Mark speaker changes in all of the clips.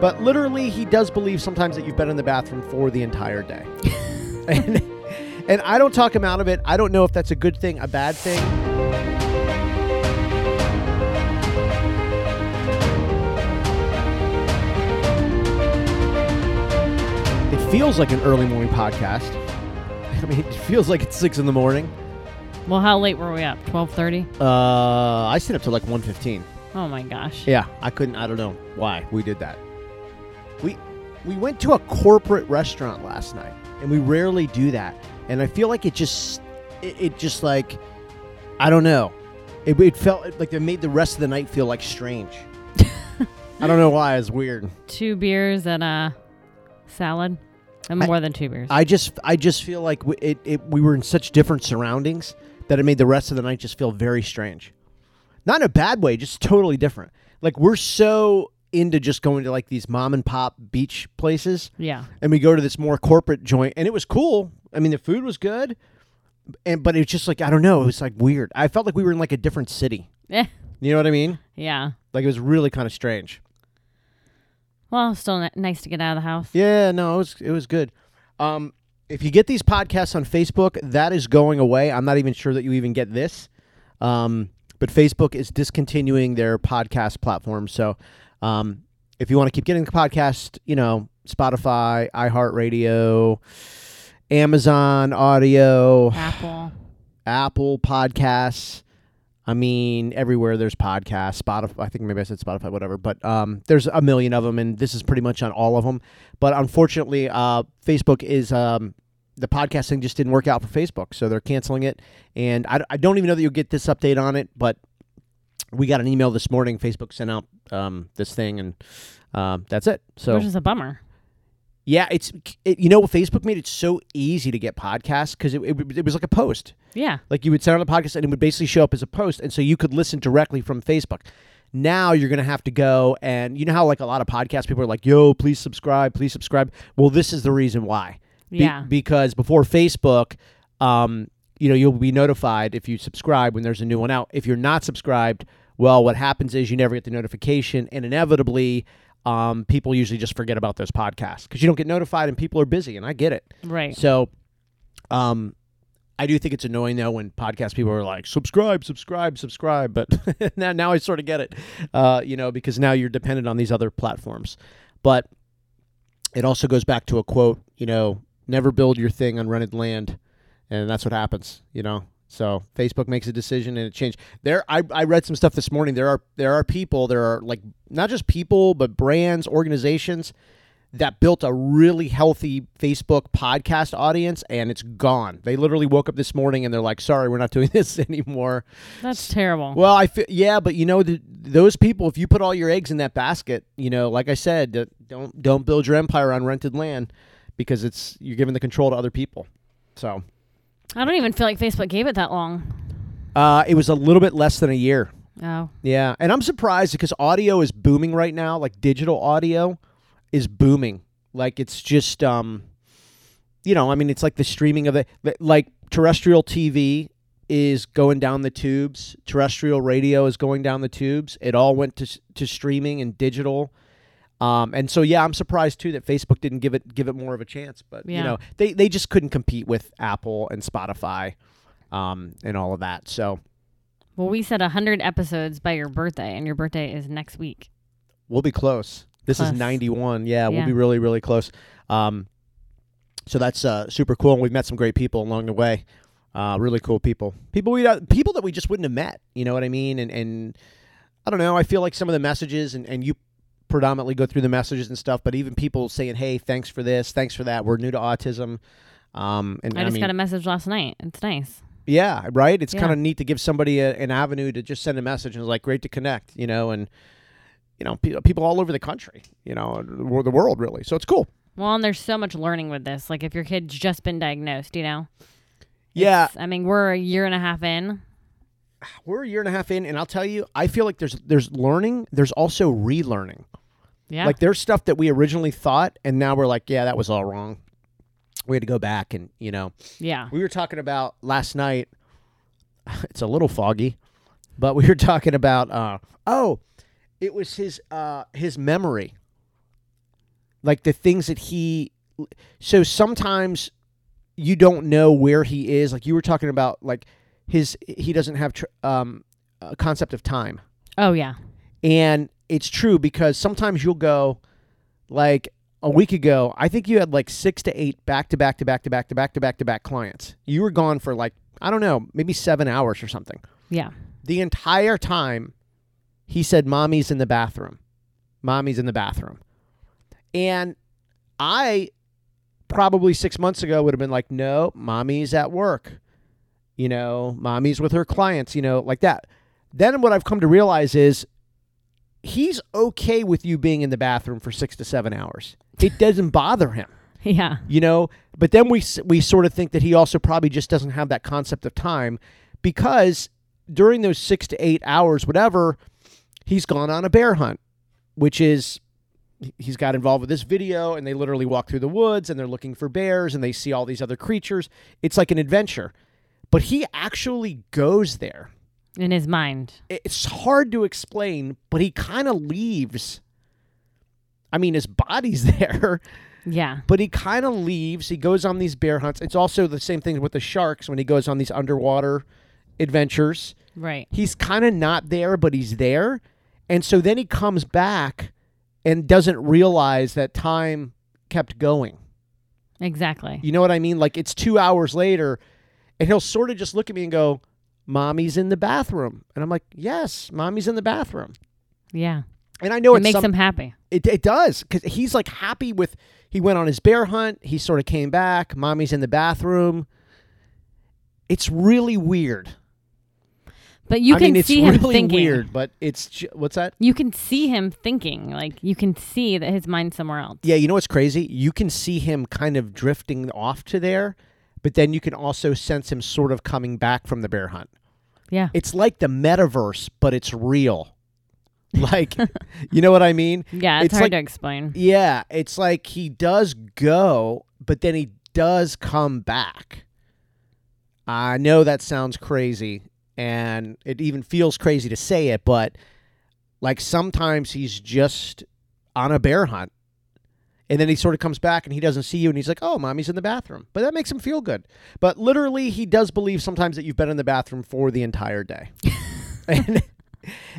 Speaker 1: But literally, he does believe sometimes that you've been in the bathroom for the entire day. and, and I don't talk him out of it. I don't know if that's a good thing, a bad thing. It feels like an early morning podcast. I mean, it feels like it's six in the morning.
Speaker 2: Well, how late were we up? Twelve thirty.
Speaker 1: Uh, I sit up till like 1.15.
Speaker 2: Oh my gosh.
Speaker 1: Yeah, I couldn't. I don't know why we did that. We we went to a corporate restaurant last night, and we rarely do that. And I feel like it just it, it just like I don't know. It, it felt like they made the rest of the night feel like strange. I don't know why. It's weird.
Speaker 2: Two beers and a salad. And
Speaker 1: I-
Speaker 2: more than two beers.
Speaker 1: I just I just feel like we, it, it we were in such different surroundings that it made the rest of the night just feel very strange. Not in a bad way, just totally different. Like we're so into just going to like these mom and pop beach places
Speaker 2: yeah.
Speaker 1: and we go to this more corporate joint and it was cool. I mean the food was good. And but it was just like I don't know, it was like weird. I felt like we were in like a different city.
Speaker 2: Eh,
Speaker 1: You know what I mean?
Speaker 2: yeah.
Speaker 1: Like it was really kind of strange.
Speaker 2: Well, still ni- nice to get out of the house.
Speaker 1: Yeah, no, it was it was good. Um, if you get these podcasts on Facebook, that is going away. I'm not even sure that you even get this. Um, but Facebook is discontinuing their podcast platform. So um, if you want to keep getting the podcast, you know, Spotify, iHeartRadio, Amazon Audio,
Speaker 2: Apple.
Speaker 1: Apple Podcasts. I mean, everywhere there's podcasts. Spotify. I think maybe I said Spotify, whatever. But um, there's a million of them, and this is pretty much on all of them. But unfortunately, uh, Facebook is um, the podcast thing just didn't work out for Facebook, so they're canceling it. And I, I don't even know that you'll get this update on it, but we got an email this morning. Facebook sent out um, this thing, and um that's it. So
Speaker 2: Which is a bummer.
Speaker 1: yeah, it's it, you know, Facebook made it so easy to get podcasts because it, it, it was like a post.
Speaker 2: Yeah.
Speaker 1: Like you would send out a podcast and it would basically show up as a post. And so you could listen directly from Facebook. Now you're going to have to go and you know how like a lot of podcast people are like, yo, please subscribe, please subscribe. Well, this is the reason why. Be-
Speaker 2: Yeah.
Speaker 1: because before Facebook, um, you know, you'll be notified if you subscribe when there's a new one out. If you're not subscribed, well, what happens is you never get the notification and inevitably, um, people usually just forget about those podcasts because you don't get notified and people are busy and I get it.
Speaker 2: Right.
Speaker 1: So, um, I do think it's annoying though when podcast people are like, subscribe, subscribe, subscribe. But now, now I sort of get it, uh, you know, because now you're dependent on these other platforms. But it also goes back to a quote, you know, never build your thing on rented land. And that's what happens, you know. So Facebook makes a decision and it changed. There, I, I read some stuff this morning. There are there are people, there are like not just people, but brands, organizations that built a really healthy Facebook podcast audience and it's gone. They literally woke up this morning and they're like, sorry, we're not doing this anymore.
Speaker 2: That's terrible.
Speaker 1: Well, I feel, yeah, but you know, th those people, if you put all your eggs in that basket, you know, like I said, d- don't, don't build your empire on rented land because it's, you're giving the control to other people. So
Speaker 2: I don't even feel like Facebook gave it that long.
Speaker 1: uh, it was a little bit less than a year.
Speaker 2: Oh.
Speaker 1: Yeah, and I'm surprised because audio is booming right now. Like digital audio is booming. Like it's just, um, you know, I mean, it's like the streaming of it. li- Like terrestrial TV is going down the tubes. Terrestrial radio is going down the tubes. It all went to s- to streaming and digital. Um, and so yeah, I'm surprised too that Facebook didn't give it give it more of a chance. But you
Speaker 2: Yeah.
Speaker 1: know, they they just couldn't compete with Apple and Spotify, um, and all of that. So
Speaker 2: Well, we said 100 episodes by your birthday, and your birthday is next week.
Speaker 1: We'll be close. This
Speaker 2: Close.
Speaker 1: is 91. Yeah, we'll
Speaker 2: Yeah.
Speaker 1: be really, really close. Um, so that's uh, super cool, and we've met some great people along the way. Uh, really cool people, people we uh, people that we just wouldn't have met. You know what I mean? And and I don't know. I feel like some of the messages, and, and you predominantly go through the messages and stuff, but even people saying, "Hey, thanks for this, thanks for that. We're new to autism." Um, and
Speaker 2: I just
Speaker 1: mean,
Speaker 2: got a message last night. It's nice.
Speaker 1: yeah, right. It's
Speaker 2: Yeah.
Speaker 1: kind of neat to give somebody a, an avenue to just send a message and it's like great to connect, you know, and you know pe- people all over the country, you know, and the wor- the world really. So it's cool.
Speaker 2: Well, and there's so much learning with this. Like if your kid's just been diagnosed, you know.
Speaker 1: Yeah,
Speaker 2: I mean, we're a year and a half in.
Speaker 1: we're a year and a half in, and I'll tell you, I feel like there's there's learning, there's also relearning.
Speaker 2: Yeah.
Speaker 1: Like there's stuff that we originally thought, and now we're like, yeah, that was all wrong. We had to go back and you know,
Speaker 2: yeah.
Speaker 1: we were talking about last night. It's a little foggy, but we were talking about uh, oh, it was his uh, his memory like the things that he so sometimes you don't know where he is like you were talking about like his he doesn't have tr- um a concept of time
Speaker 2: Oh yeah.
Speaker 1: and it's true because sometimes you'll go like a week ago i think you had like six to eight back to back to back to back to back to back to back clients you were gone for like i don't know maybe seven hours or something
Speaker 2: Yeah.
Speaker 1: the entire time he said mommy's in the bathroom mommy's in the bathroom and i probably six months ago would have been like no mommy's at work you know mommy's with her clients you know like that then what i've come to realize is he's okay with you being in the bathroom for six to seven hours it doesn't bother him
Speaker 2: Yeah.
Speaker 1: you know but then we s- we sort of think that he also probably just doesn't have that concept of time because during those 6 to 8 hours whatever he's gone on a bear hunt which is he's got involved with this video and they literally walk through the woods and they're looking for bears and they see all these other creatures it's like an adventure but he actually goes there
Speaker 2: In his mind.
Speaker 1: it's hard to explain but he kind of leaves i mean his body's there
Speaker 2: Yeah.
Speaker 1: but he kind of leaves. He goes on these bear hunts. It's also the same thing with the sharks when he goes on these underwater adventures.
Speaker 2: Right.
Speaker 1: He's kind of not there, but he's there. And so then he comes back and doesn't realize that time kept going.
Speaker 2: Exactly.
Speaker 1: You know what I mean? Like it's two hours later, and he'll sort of just look at me and go, Mommy's in the bathroom. And I'm like, Yes, mommy's in the bathroom.
Speaker 2: Yeah.
Speaker 1: And I know
Speaker 2: it
Speaker 1: it's
Speaker 2: makes
Speaker 1: some-
Speaker 2: him happy.
Speaker 1: it, it does because he's like happy with he went on his bear hunt. He sort of came back. Mommy's in the bathroom. It's really weird.
Speaker 2: But you
Speaker 1: I
Speaker 2: can
Speaker 1: mean, it's
Speaker 2: see him
Speaker 1: really
Speaker 2: thinking.
Speaker 1: weird, but it's ju- what's that?
Speaker 2: You can see him thinking. Like you can see that his mind's somewhere else.
Speaker 1: Yeah, you know what's crazy? You can see him kind of drifting off to there, but then you can also sense him sort of coming back from the bear hunt.
Speaker 2: Yeah.
Speaker 1: It's like the metaverse, but it's real. Like, you know what I mean?
Speaker 2: Yeah. It's,
Speaker 1: It's
Speaker 2: hard
Speaker 1: like-
Speaker 2: to explain.
Speaker 1: Yeah, it's like he does go, but then he does come back. I know that sounds crazy, and it even feels crazy to say it, but like sometimes he's just on a bear hunt, and then he sort of comes back and he doesn't see you, and he's like, oh, mommy's in the bathroom. But that makes him feel good. But literally, he does believe sometimes that you've been in the bathroom for the entire day. and,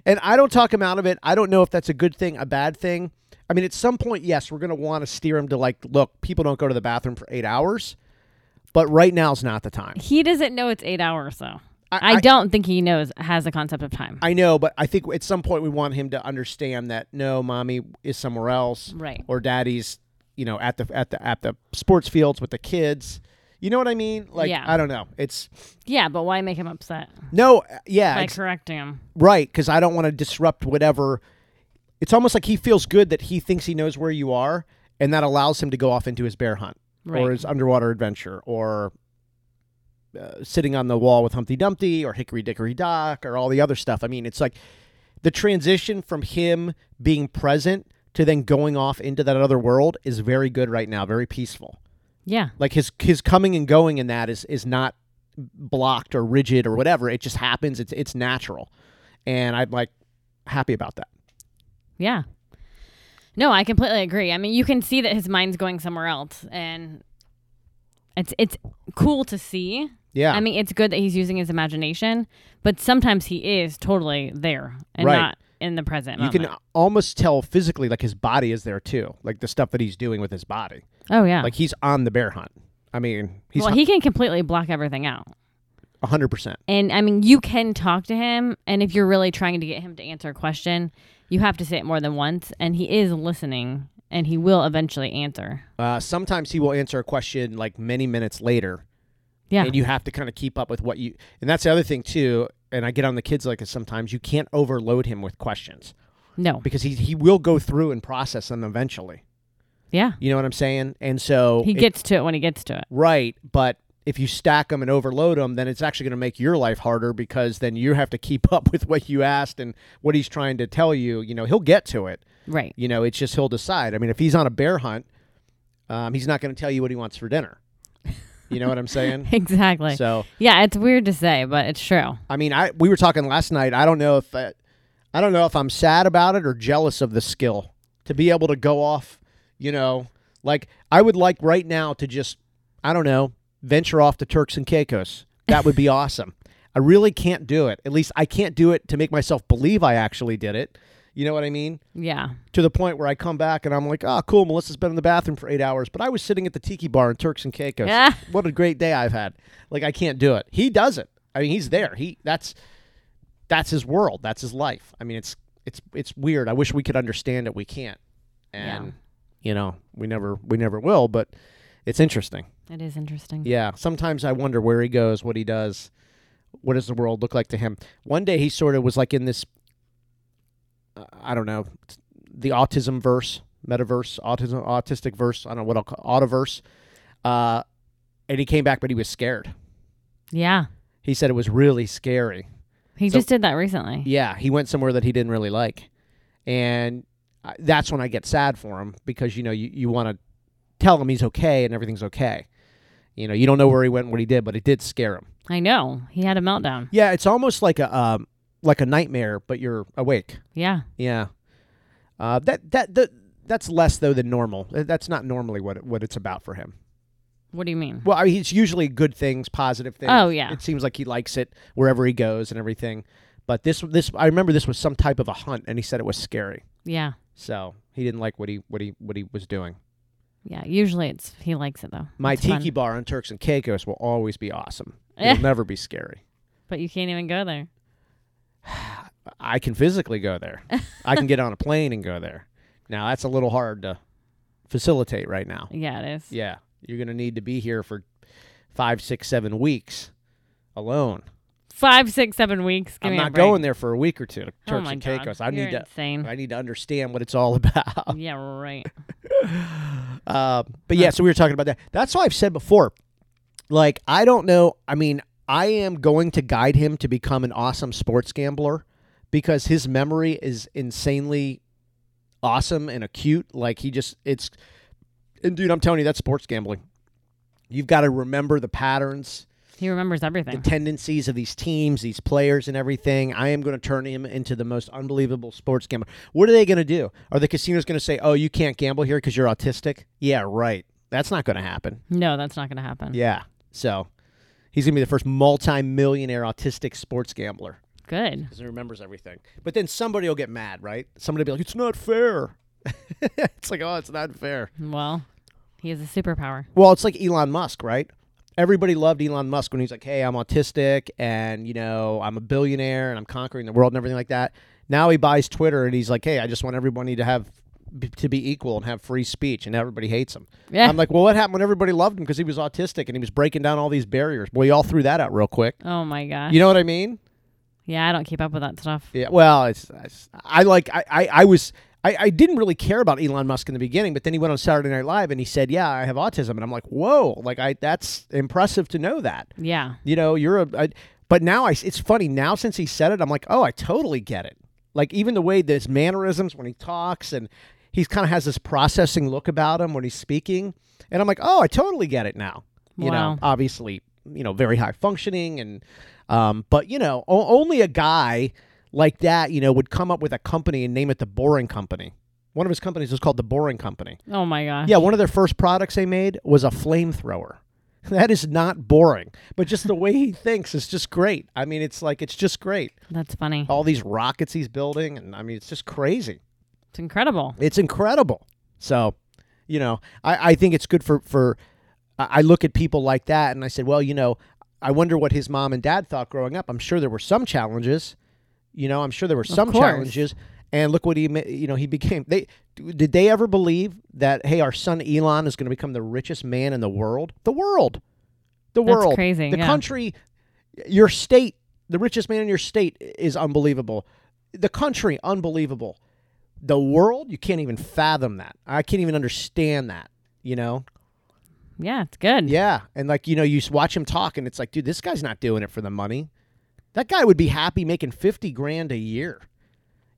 Speaker 1: and I don't talk him out of it. I don't know if that's a good thing, a bad thing. I mean, at some point, yes, we're going to want to steer him to like, look, people don't go to the bathroom for eight hours, but right now's not the time.
Speaker 2: He doesn't know it's eight hours though.
Speaker 1: I-
Speaker 2: I, don't think he knows has a concept of time.
Speaker 1: I know, but I think at some point we want him to understand that no, mommy is somewhere else,
Speaker 2: right.
Speaker 1: or daddy's, you know, at the at the at the sports fields with the kids. You know what I mean? Like,
Speaker 2: Yeah.
Speaker 1: I don't know. It's
Speaker 2: Yeah, but why make him upset
Speaker 1: no, uh, yeah,
Speaker 2: by
Speaker 1: ex-
Speaker 2: correcting him?
Speaker 1: right, because I don't want to disrupt whatever. It's almost like he feels good that he thinks he knows where you are, and that allows him to go off into his bear hunt.
Speaker 2: Right.
Speaker 1: or his underwater adventure, or uh, sitting on the wall with Humpty Dumpty, or Hickory Dickory Dock, or all the other stuff. I mean, it's like the transition from him being present to then going off into that other world is very good right now, very peaceful.
Speaker 2: yeah.
Speaker 1: Like his his coming and going in that is is not blocked or rigid or whatever. It just happens. It's it's natural, and I'm like happy about that.
Speaker 2: Yeah. No, I completely agree. I mean, you can see that his mind's going somewhere else and it's it's cool to see.
Speaker 1: Yeah,
Speaker 2: I mean, it's good that he's using his imagination, but sometimes he is totally there and
Speaker 1: Right.
Speaker 2: not in the present.
Speaker 1: you can almost tell physically like his body is there too, like the stuff that he's doing with his body.
Speaker 2: Oh yeah.
Speaker 1: Like he's on the bear hunt. I mean, he's
Speaker 2: well, he can completely block everything out.
Speaker 1: hundred percent.
Speaker 2: And I mean, you can talk to him, and if you're really trying to get him to answer a question, you have to say it more than once, and he is listening, and he will eventually answer.
Speaker 1: Uh, sometimes he will answer a question like many minutes later,
Speaker 2: Yeah.
Speaker 1: and you have to kind of keep up with what you. And that's the other thing too. And I get on the kids like this sometimes. You can't overload him with questions
Speaker 2: no.
Speaker 1: because he he will go through and process them eventually.
Speaker 2: Yeah.
Speaker 1: You know what I'm saying? And so
Speaker 2: He
Speaker 1: Oh, it-
Speaker 2: gets to it when he gets to it.
Speaker 1: right, but. If you stack them and overload them, then it's actually going to make your life harder because then you have to keep up with what you asked and what he's trying to tell you. You know, he'll get to it,
Speaker 2: Right.
Speaker 1: You know, it's just he'll decide. I mean, if he's on a bear hunt, um, he's not going to tell you what he wants for dinner. You know what I'm saying?
Speaker 2: Exactly.
Speaker 1: so,
Speaker 2: yeah, it's weird to say, but it's true.
Speaker 1: I mean, I we were talking last night. I don't know if uh, I, I don't know if I'm sad about it or jealous of the skill to be able to go off, You know, like I would like right now to just, I don't know, venture off to Turks and Caicos. That would be awesome. I really can't do it. At least I can't do it to make myself believe I actually did it. You know what I mean?
Speaker 2: Yeah.
Speaker 1: To the point where I come back and I'm like, oh, cool, Melissa's been in the bathroom for eight hours, but I was sitting at the tiki bar in Turks and Caicos.
Speaker 2: Yeah.
Speaker 1: What a great day I've had. Like I can't do it. He does it. I mean, he's there. He that's that's his world. That's his life. I mean, it's it's it's weird. I wish we could understand it. We can't. And
Speaker 2: Yeah.
Speaker 1: you know, we never we never will, but it's interesting.
Speaker 2: It is interesting.
Speaker 1: Yeah. Sometimes I wonder where he goes, what he does, what does the world look like to him. One day he sort of was like in this, uh, I don't know, t- the autism verse, metaverse, autism, autistic verse. I don't know what I'll call autoverse. Uh, and he came back, but he was scared.
Speaker 2: Yeah.
Speaker 1: He said it was really scary.
Speaker 2: He
Speaker 1: So-
Speaker 2: just did that recently.
Speaker 1: Yeah, he went somewhere that he didn't really like, and I- that's when I get sad for him because you know you, you want to tell him he's okay and everything's okay. You know, you don't know where he went, and what he did, but it did scare him.
Speaker 2: I know. He had a meltdown.
Speaker 1: Yeah, it's almost like a um, like a nightmare, but you're awake.
Speaker 2: Yeah.
Speaker 1: Yeah, uh, that that that that's less though than normal. Uh, That's not normally what it, what it's about for him.
Speaker 2: What do you mean?
Speaker 1: Well, I mean, it's usually good things, positive things.
Speaker 2: Oh, yeah.
Speaker 1: it seems like he likes it wherever he goes and everything. But this this I remember this was some type of a hunt, and he said it was scary.
Speaker 2: Yeah.
Speaker 1: So he didn't like what he what he what he was doing.
Speaker 2: Yeah. Usually it's he likes it though.
Speaker 1: My
Speaker 2: It's fun.
Speaker 1: tiki bar on Turks and Caicos will always be awesome. It'll never be scary.
Speaker 2: But you can't even go there.
Speaker 1: I can physically go there. I can get on a plane and go there. Now that's a little hard to facilitate right now.
Speaker 2: Yeah, it is.
Speaker 1: Yeah, you're gonna need to be here for five, six, seven weeks alone.
Speaker 2: Five, six, seven weeks. Give
Speaker 1: I'm
Speaker 2: me
Speaker 1: not
Speaker 2: a break.
Speaker 1: going there for a week or two. to
Speaker 2: Oh
Speaker 1: Turks
Speaker 2: my
Speaker 1: and
Speaker 2: God.
Speaker 1: Caicos. I
Speaker 2: You're
Speaker 1: need to. Oh.
Speaker 2: insane.
Speaker 1: I need to understand what it's all about.
Speaker 2: Yeah, right.
Speaker 1: Uh, but yeah, so we were talking about that. That's why I've said before. Like, I don't know. I mean, I am going to guide him to become an awesome sports gambler because his memory is insanely awesome and acute. Like, he just, it's, and dude, I'm telling you, that's sports gambling. You've got to remember the patterns
Speaker 2: He remembers
Speaker 1: the
Speaker 2: everything.
Speaker 1: tendencies of these teams, these players, and everything. I am going to turn him into the most unbelievable sports gambler. What are they going to do? Are the casinos going to say, "Oh, you can't gamble here because you're autistic"? Yeah, right. That's not going to happen.
Speaker 2: No, that's not going to happen.
Speaker 1: Yeah. So he's going to be the first multi-millionaire autistic sports gambler
Speaker 2: Good.
Speaker 1: because he remembers everything. But then somebody will get mad, right? Somebody will be like, "It's not fair." it's like, "Oh, it's not fair."
Speaker 2: Well, he has a superpower.
Speaker 1: Well, it's like Elon Musk, right? Everybody loved Elon Musk when he's like, "Hey, I'm autistic, and you know, I'm a billionaire, and I'm conquering the world, and everything like that." Now he buys Twitter, and he's like, "Hey, I just want everybody to have b- to be equal and have free speech," and everybody hates him.
Speaker 2: Yeah.
Speaker 1: I'm like, "Well, what happened when everybody loved him because he was autistic and he was breaking down all these barriers?" Well, y'all threw that out real quick.
Speaker 2: Oh my gosh.
Speaker 1: You know what I mean?
Speaker 2: yeah, I don't keep up with that stuff.
Speaker 1: Yeah. Well, it's, it's I like I I, I was. I, I didn't really care about Elon Musk in the beginning, but then he went on Saturday Night Live and he said, "Yeah, I have autism," and I'm like, "Whoa! Like, I that's impressive to know that."
Speaker 2: Yeah.
Speaker 1: You know, you're a. I, but now I, it's funny now since he said it, I'm like, "Oh, I totally get it." Like even the way this mannerisms when he talks and he kind of has this processing look about him when he's speaking, and I'm like, "Oh, I totally get it now." You
Speaker 2: Wow.
Speaker 1: know, obviously, you know, very high functioning and, um, but you know, o- only a guy like that, you know, would come up with a company and name it the Boring Company. One of his companies was called the Boring Company.
Speaker 2: Oh my gosh.
Speaker 1: Yeah, one of their first products they made was a flamethrower. That is not boring, but just the way he thinks is just great. I mean, it's like it's just great.
Speaker 2: That's funny.
Speaker 1: All these rockets he's building, and I mean, it's just crazy.
Speaker 2: It's incredible.
Speaker 1: It's incredible. So, you know, I, I think it's good for for. I I look at people like that, and I said, well, you know, I wonder what his mom and dad thought growing up. I'm sure there were some challenges. You know, I'm sure there were some
Speaker 2: course.
Speaker 1: challenges. And look what he, ma- you know, he became. They did they ever believe that? Hey, our son Elon is going to become the richest man in the world. The world, the
Speaker 2: That's
Speaker 1: world,
Speaker 2: crazy,
Speaker 1: the
Speaker 2: yeah.
Speaker 1: country, your state, the richest man in your state is unbelievable. The country, unbelievable the world you can't even fathom that i can't even understand that you know
Speaker 2: Yeah, it's good.
Speaker 1: yeah and like you know you s- watch him talk and it's like dude this guy's not doing it for the money that guy would be happy making 50 grand a year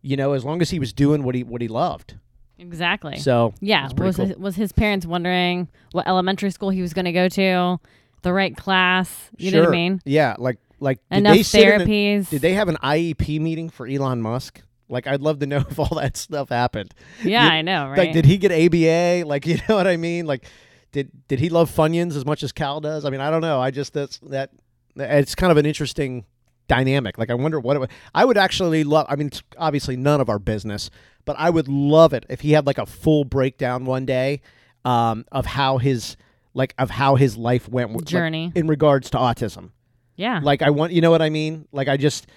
Speaker 1: you know as long as he was doing what he what he loved
Speaker 2: Exactly.
Speaker 1: so
Speaker 2: yeah.
Speaker 1: it's pretty
Speaker 2: Was
Speaker 1: cool.
Speaker 2: his, was his parents wondering what elementary school he was going to go to, the right class? You know what I mean?
Speaker 1: yeah like like did
Speaker 2: Enough
Speaker 1: they sit in a-
Speaker 2: therapies.
Speaker 1: E did they have an iep meeting for elon musk Like, I'd love to know if all that stuff happened.
Speaker 2: Yeah,
Speaker 1: You-
Speaker 2: I know, right?
Speaker 1: Like, did he get ABA? Like, you know what I mean? Like, did did he love Funyuns as much as Cal does? I mean, I don't know. I just that's that. It's kind of an interesting dynamic. Like, I wonder what it would. I would actually love. I mean, it's obviously none of our business, but I would love it if he had like a full breakdown one day um, of how his like of how his life went w- like,
Speaker 2: Journey. Uh-huh.
Speaker 1: in regards to autism.
Speaker 2: yeah.
Speaker 1: Like I want, you know what I mean? Like I just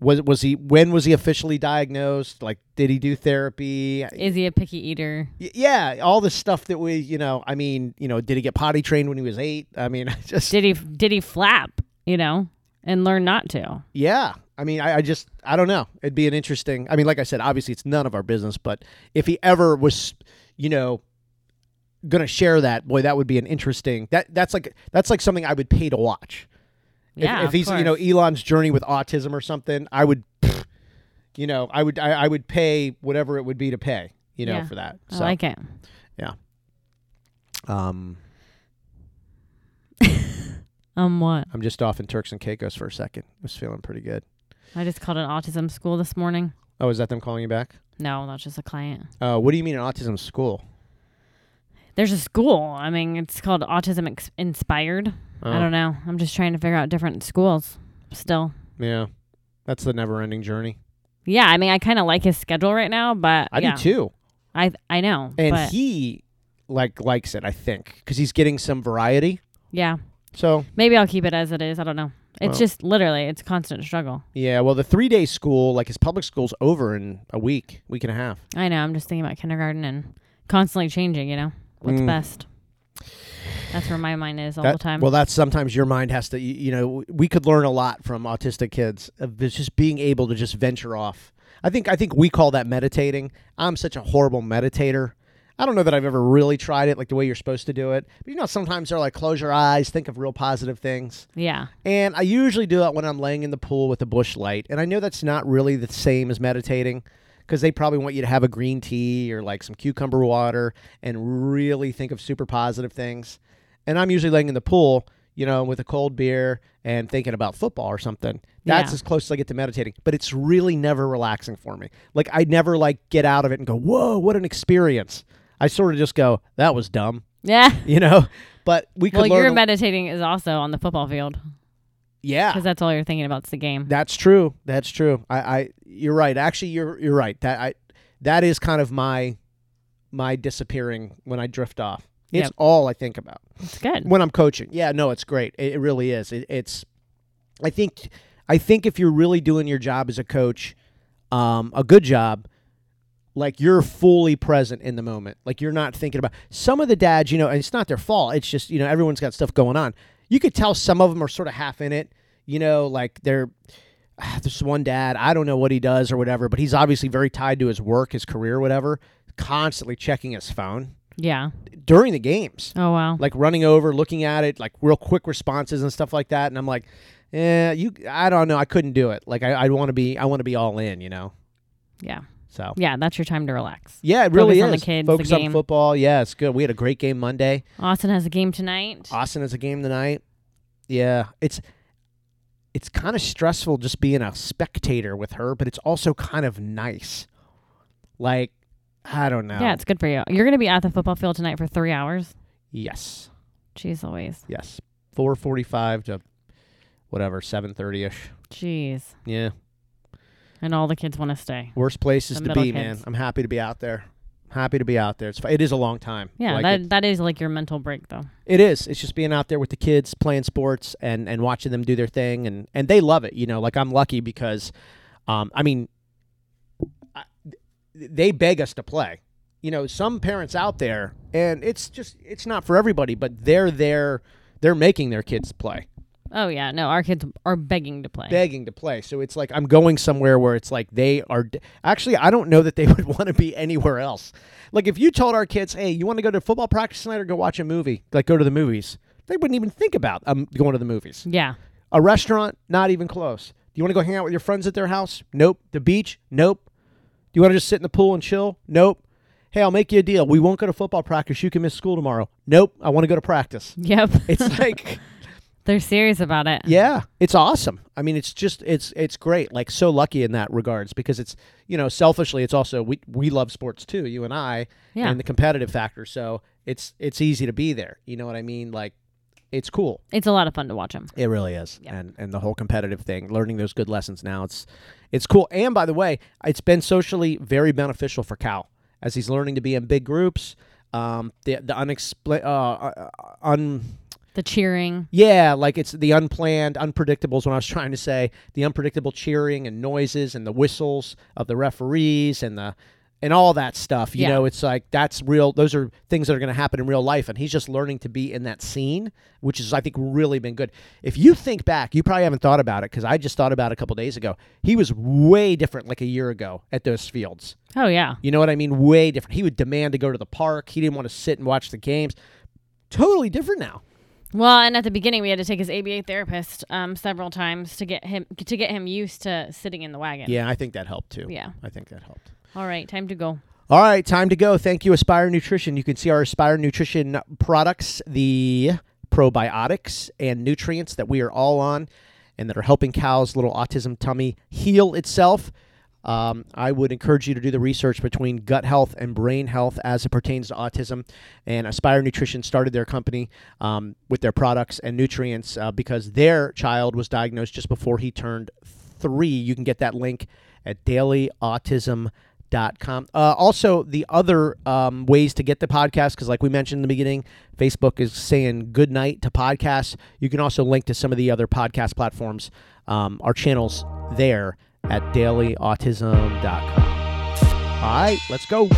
Speaker 1: was was he when was he officially diagnosed? Like did he do therapy? Y-
Speaker 2: Is he a picky eater?
Speaker 1: Yeah, all the stuff that we, you know, I mean, you know, did he get potty trained when he was 8? I mean, I just
Speaker 2: Did he did he flap, you know, and learn not to?
Speaker 1: yeah. I mean, I, I just I don't know. It'd be an interesting. I mean, like I said, obviously it's none of our business, but if he ever was, you know, going to share that, boy, that would be an interesting. That that's like that's like something I would pay to watch. If-
Speaker 2: Yeah.
Speaker 1: If,
Speaker 2: of
Speaker 1: he's you know
Speaker 2: course.
Speaker 1: Elon's journey with autism or something, I would, you know, I would I, I would pay whatever it would be to pay, you know,
Speaker 2: Yeah.
Speaker 1: for that.
Speaker 2: I
Speaker 1: So
Speaker 2: like it.
Speaker 1: um,
Speaker 2: Um, what?
Speaker 1: I'm just off in Turks and Caicos for a second. I was feeling pretty good.
Speaker 2: I just called an autism school this morning.
Speaker 1: Oh, is that them calling you back?
Speaker 2: No, that's just a client.
Speaker 1: Uh, what do you mean an autism school?
Speaker 2: There's a school. I mean, it's called Autism Ex- Inspired.
Speaker 1: Oh.
Speaker 2: I
Speaker 1: Um,
Speaker 2: don't know. I'm just trying to figure out different schools still.
Speaker 1: Yeah, that's the never-ending journey.
Speaker 2: Yeah, I mean, I kind of like his schedule right now, but
Speaker 1: I
Speaker 2: yeah,
Speaker 1: do too,
Speaker 2: I I know.
Speaker 1: and
Speaker 2: but
Speaker 1: he like likes it. I think because he's getting some variety.
Speaker 2: yeah,
Speaker 1: So
Speaker 2: maybe I'll keep it as it is. I don't know. It's
Speaker 1: Well-
Speaker 2: just literally, it's constant struggle.
Speaker 1: yeah, well, the three-day school, like his public school's over in a week, week and a half.
Speaker 2: I know. I'm just thinking about kindergarten and constantly changing. You know, what's
Speaker 1: Mm.
Speaker 2: best. That's where my mind is all
Speaker 1: That-
Speaker 2: the time.
Speaker 1: Well, that's sometimes your mind has to. y- You know, we could learn a lot from autistic kids of this- just being able to just venture off. I think I think we call that meditating. I'm such a horrible meditator. I don't know that I've ever really tried it like the way you're supposed to do it. But you know, sometimes they're like close your eyes, think of real positive things.
Speaker 2: yeah,
Speaker 1: And I usually do that when I'm laying in the pool with a bush light. And I know that's not really the same as meditating because they probably want you to have a green tea or like some cucumber water and really think of super positive things. And I'm usually laying in the pool, you know, with a cold beer and thinking about football or something. That's
Speaker 2: Yeah.
Speaker 1: as close as I get to meditating, but it's really never relaxing for me. Like I never like get out of it and go, "Whoa, what an experience." I sort of just go, "That was dumb."
Speaker 2: yeah.
Speaker 1: You know, but we could
Speaker 2: Well,
Speaker 1: learn
Speaker 2: your
Speaker 1: a- Ah.
Speaker 2: meditating is also on the football field
Speaker 1: yeah.
Speaker 2: because that's all you're thinking about is the game.
Speaker 1: That's true. That's true. I, I you're right. Actually, you're you're right. That I that is kind of my my disappearing when I drift off. It's
Speaker 2: Yep.
Speaker 1: all I think about
Speaker 2: It's good.
Speaker 1: when I'm coaching. Yeah, no, it's great. It, it really is. It, it's I think I think if you're really doing your job as a coach, um, a good job, like you're fully present in the moment. Like you're not thinking about some of the dads, you know, and it's not their fault. It's just, you know, everyone's got stuff going on. You could tell some of them are sort of half in it, you know, like they're ah, this one dad, I don't know what he does or whatever, but he's obviously very tied to his work, his career, whatever, constantly checking his phone
Speaker 2: Yeah.
Speaker 1: during the games
Speaker 2: Oh wow.
Speaker 1: like running over, looking at it, like real quick responses and stuff like that. And I'm like, eh, you, I don't know, I couldn't do it. Like I, I want to be, I want to be all in, you know.
Speaker 2: Yeah.
Speaker 1: So
Speaker 2: Yeah. That's your time to relax.
Speaker 1: yeah, it really
Speaker 2: Focus on the
Speaker 1: is.
Speaker 2: kids, the
Speaker 1: Focus on
Speaker 2: game.
Speaker 1: football. Yeah, it's good. We had a great game Monday.
Speaker 2: Austin has a game tonight.
Speaker 1: Austin has a game tonight. Yeah, it's it's kind of stressful just being a spectator with her, but it's also kind of nice. Like I don't know.
Speaker 2: Yeah, it's good for you. You're gonna be at the football field tonight for three hours.
Speaker 1: Yes.
Speaker 2: Jeez Louise.
Speaker 1: Yes. Four forty-five to whatever seven thirty ish.
Speaker 2: Jeez.
Speaker 1: Yeah.
Speaker 2: And all the kids want to stay.
Speaker 1: Worst places
Speaker 2: The
Speaker 1: to
Speaker 2: middle
Speaker 1: be, man.
Speaker 2: kids.
Speaker 1: I'm happy to be out there. Happy to be out there. It's fi- it is a long time.
Speaker 2: Yeah,
Speaker 1: Like,
Speaker 2: that
Speaker 1: it,
Speaker 2: that is like your mental break though.
Speaker 1: it is. It's just being out there with the kids, playing sports, and and watching them do their thing, and and they love it. You know, like I'm lucky because, um, I mean, I, they beg us to play. You know, some parents out there, and it's just it's not for everybody, but they're there. They're making their kids play,
Speaker 2: Oh yeah, no, our kids are begging to play.
Speaker 1: begging to play. So it's like I'm going somewhere where it's like they are. d- Actually, I don't know that they would want to be anywhere else. Like if you told our kids, "Hey, you want to go to football practice tonight or go watch a movie? Like go to the movies." They wouldn't even think about um, going to the movies.
Speaker 2: yeah.
Speaker 1: A restaurant, not even close. Do you want to go hang out with your friends at their house? Nope. The beach? Nope. Do you want to just sit in the pool and chill? Nope. Hey, I'll make you a deal. We won't go to football practice. You can miss school tomorrow. Nope. I want to go to practice.
Speaker 2: Yep.
Speaker 1: It's like
Speaker 2: They're serious about it.
Speaker 1: Yeah, it's awesome. I mean, it's just it's it's great. Like so lucky in that regards because it's you know selfishly it's also we we love sports too. You and I
Speaker 2: Yeah.
Speaker 1: and the competitive factor. So it's it's easy to be there. You know what I mean? Like it's cool.
Speaker 2: It's a lot of fun to watch them.
Speaker 1: It really is.
Speaker 2: Yeah.
Speaker 1: And and the whole competitive thing, learning those good lessons now, it's it's cool. And by the way, it's been socially very beneficial for Cal as he's learning to be in big groups. Um, the the unexpla- uh, uh, un
Speaker 2: The cheering.
Speaker 1: yeah, like it's the unplanned, unpredictables. When I was trying to say the unpredictable cheering and noises and the whistles of the referees and the and all that stuff. You
Speaker 2: Yeah.
Speaker 1: know, it's like that's real. Those are things that are going to happen in real life, and he's just learning to be in that scene, which is I think really been good. If you think back, you probably haven't thought about it because I just thought about it a couple days ago. He was way different like a year ago at those fields.
Speaker 2: Oh yeah.
Speaker 1: You know what I mean? Way different. He would demand to go to the park. He didn't want to sit and watch the games. Totally different now.
Speaker 2: Well, and at the beginning we had to take his ABA therapist um, several times to get him to get him used to sitting in the wagon.
Speaker 1: Yeah, I think that helped too.
Speaker 2: Yeah.
Speaker 1: I think that helped.
Speaker 2: All right, time to go.
Speaker 1: All right, time to go. Thank you, Aspire Nutrition. You can see our Aspire Nutrition products, the probiotics and nutrients that we are all on and that are helping Cal's little autism tummy heal itself. Um, I would encourage you to do the research between gut health and brain health as it pertains to autism. And Aspire Nutrition started their company um, with their products and nutrients uh, because their child was diagnosed just before he turned three. You can get that link at dailyautism.com. Uh, also, the other um, ways to get the podcast, because like we mentioned in the beginning, Facebook is saying good night to podcasts. You can also link to some of the other podcast platforms, um, our channels there at dailyautism.com. All right, let's go.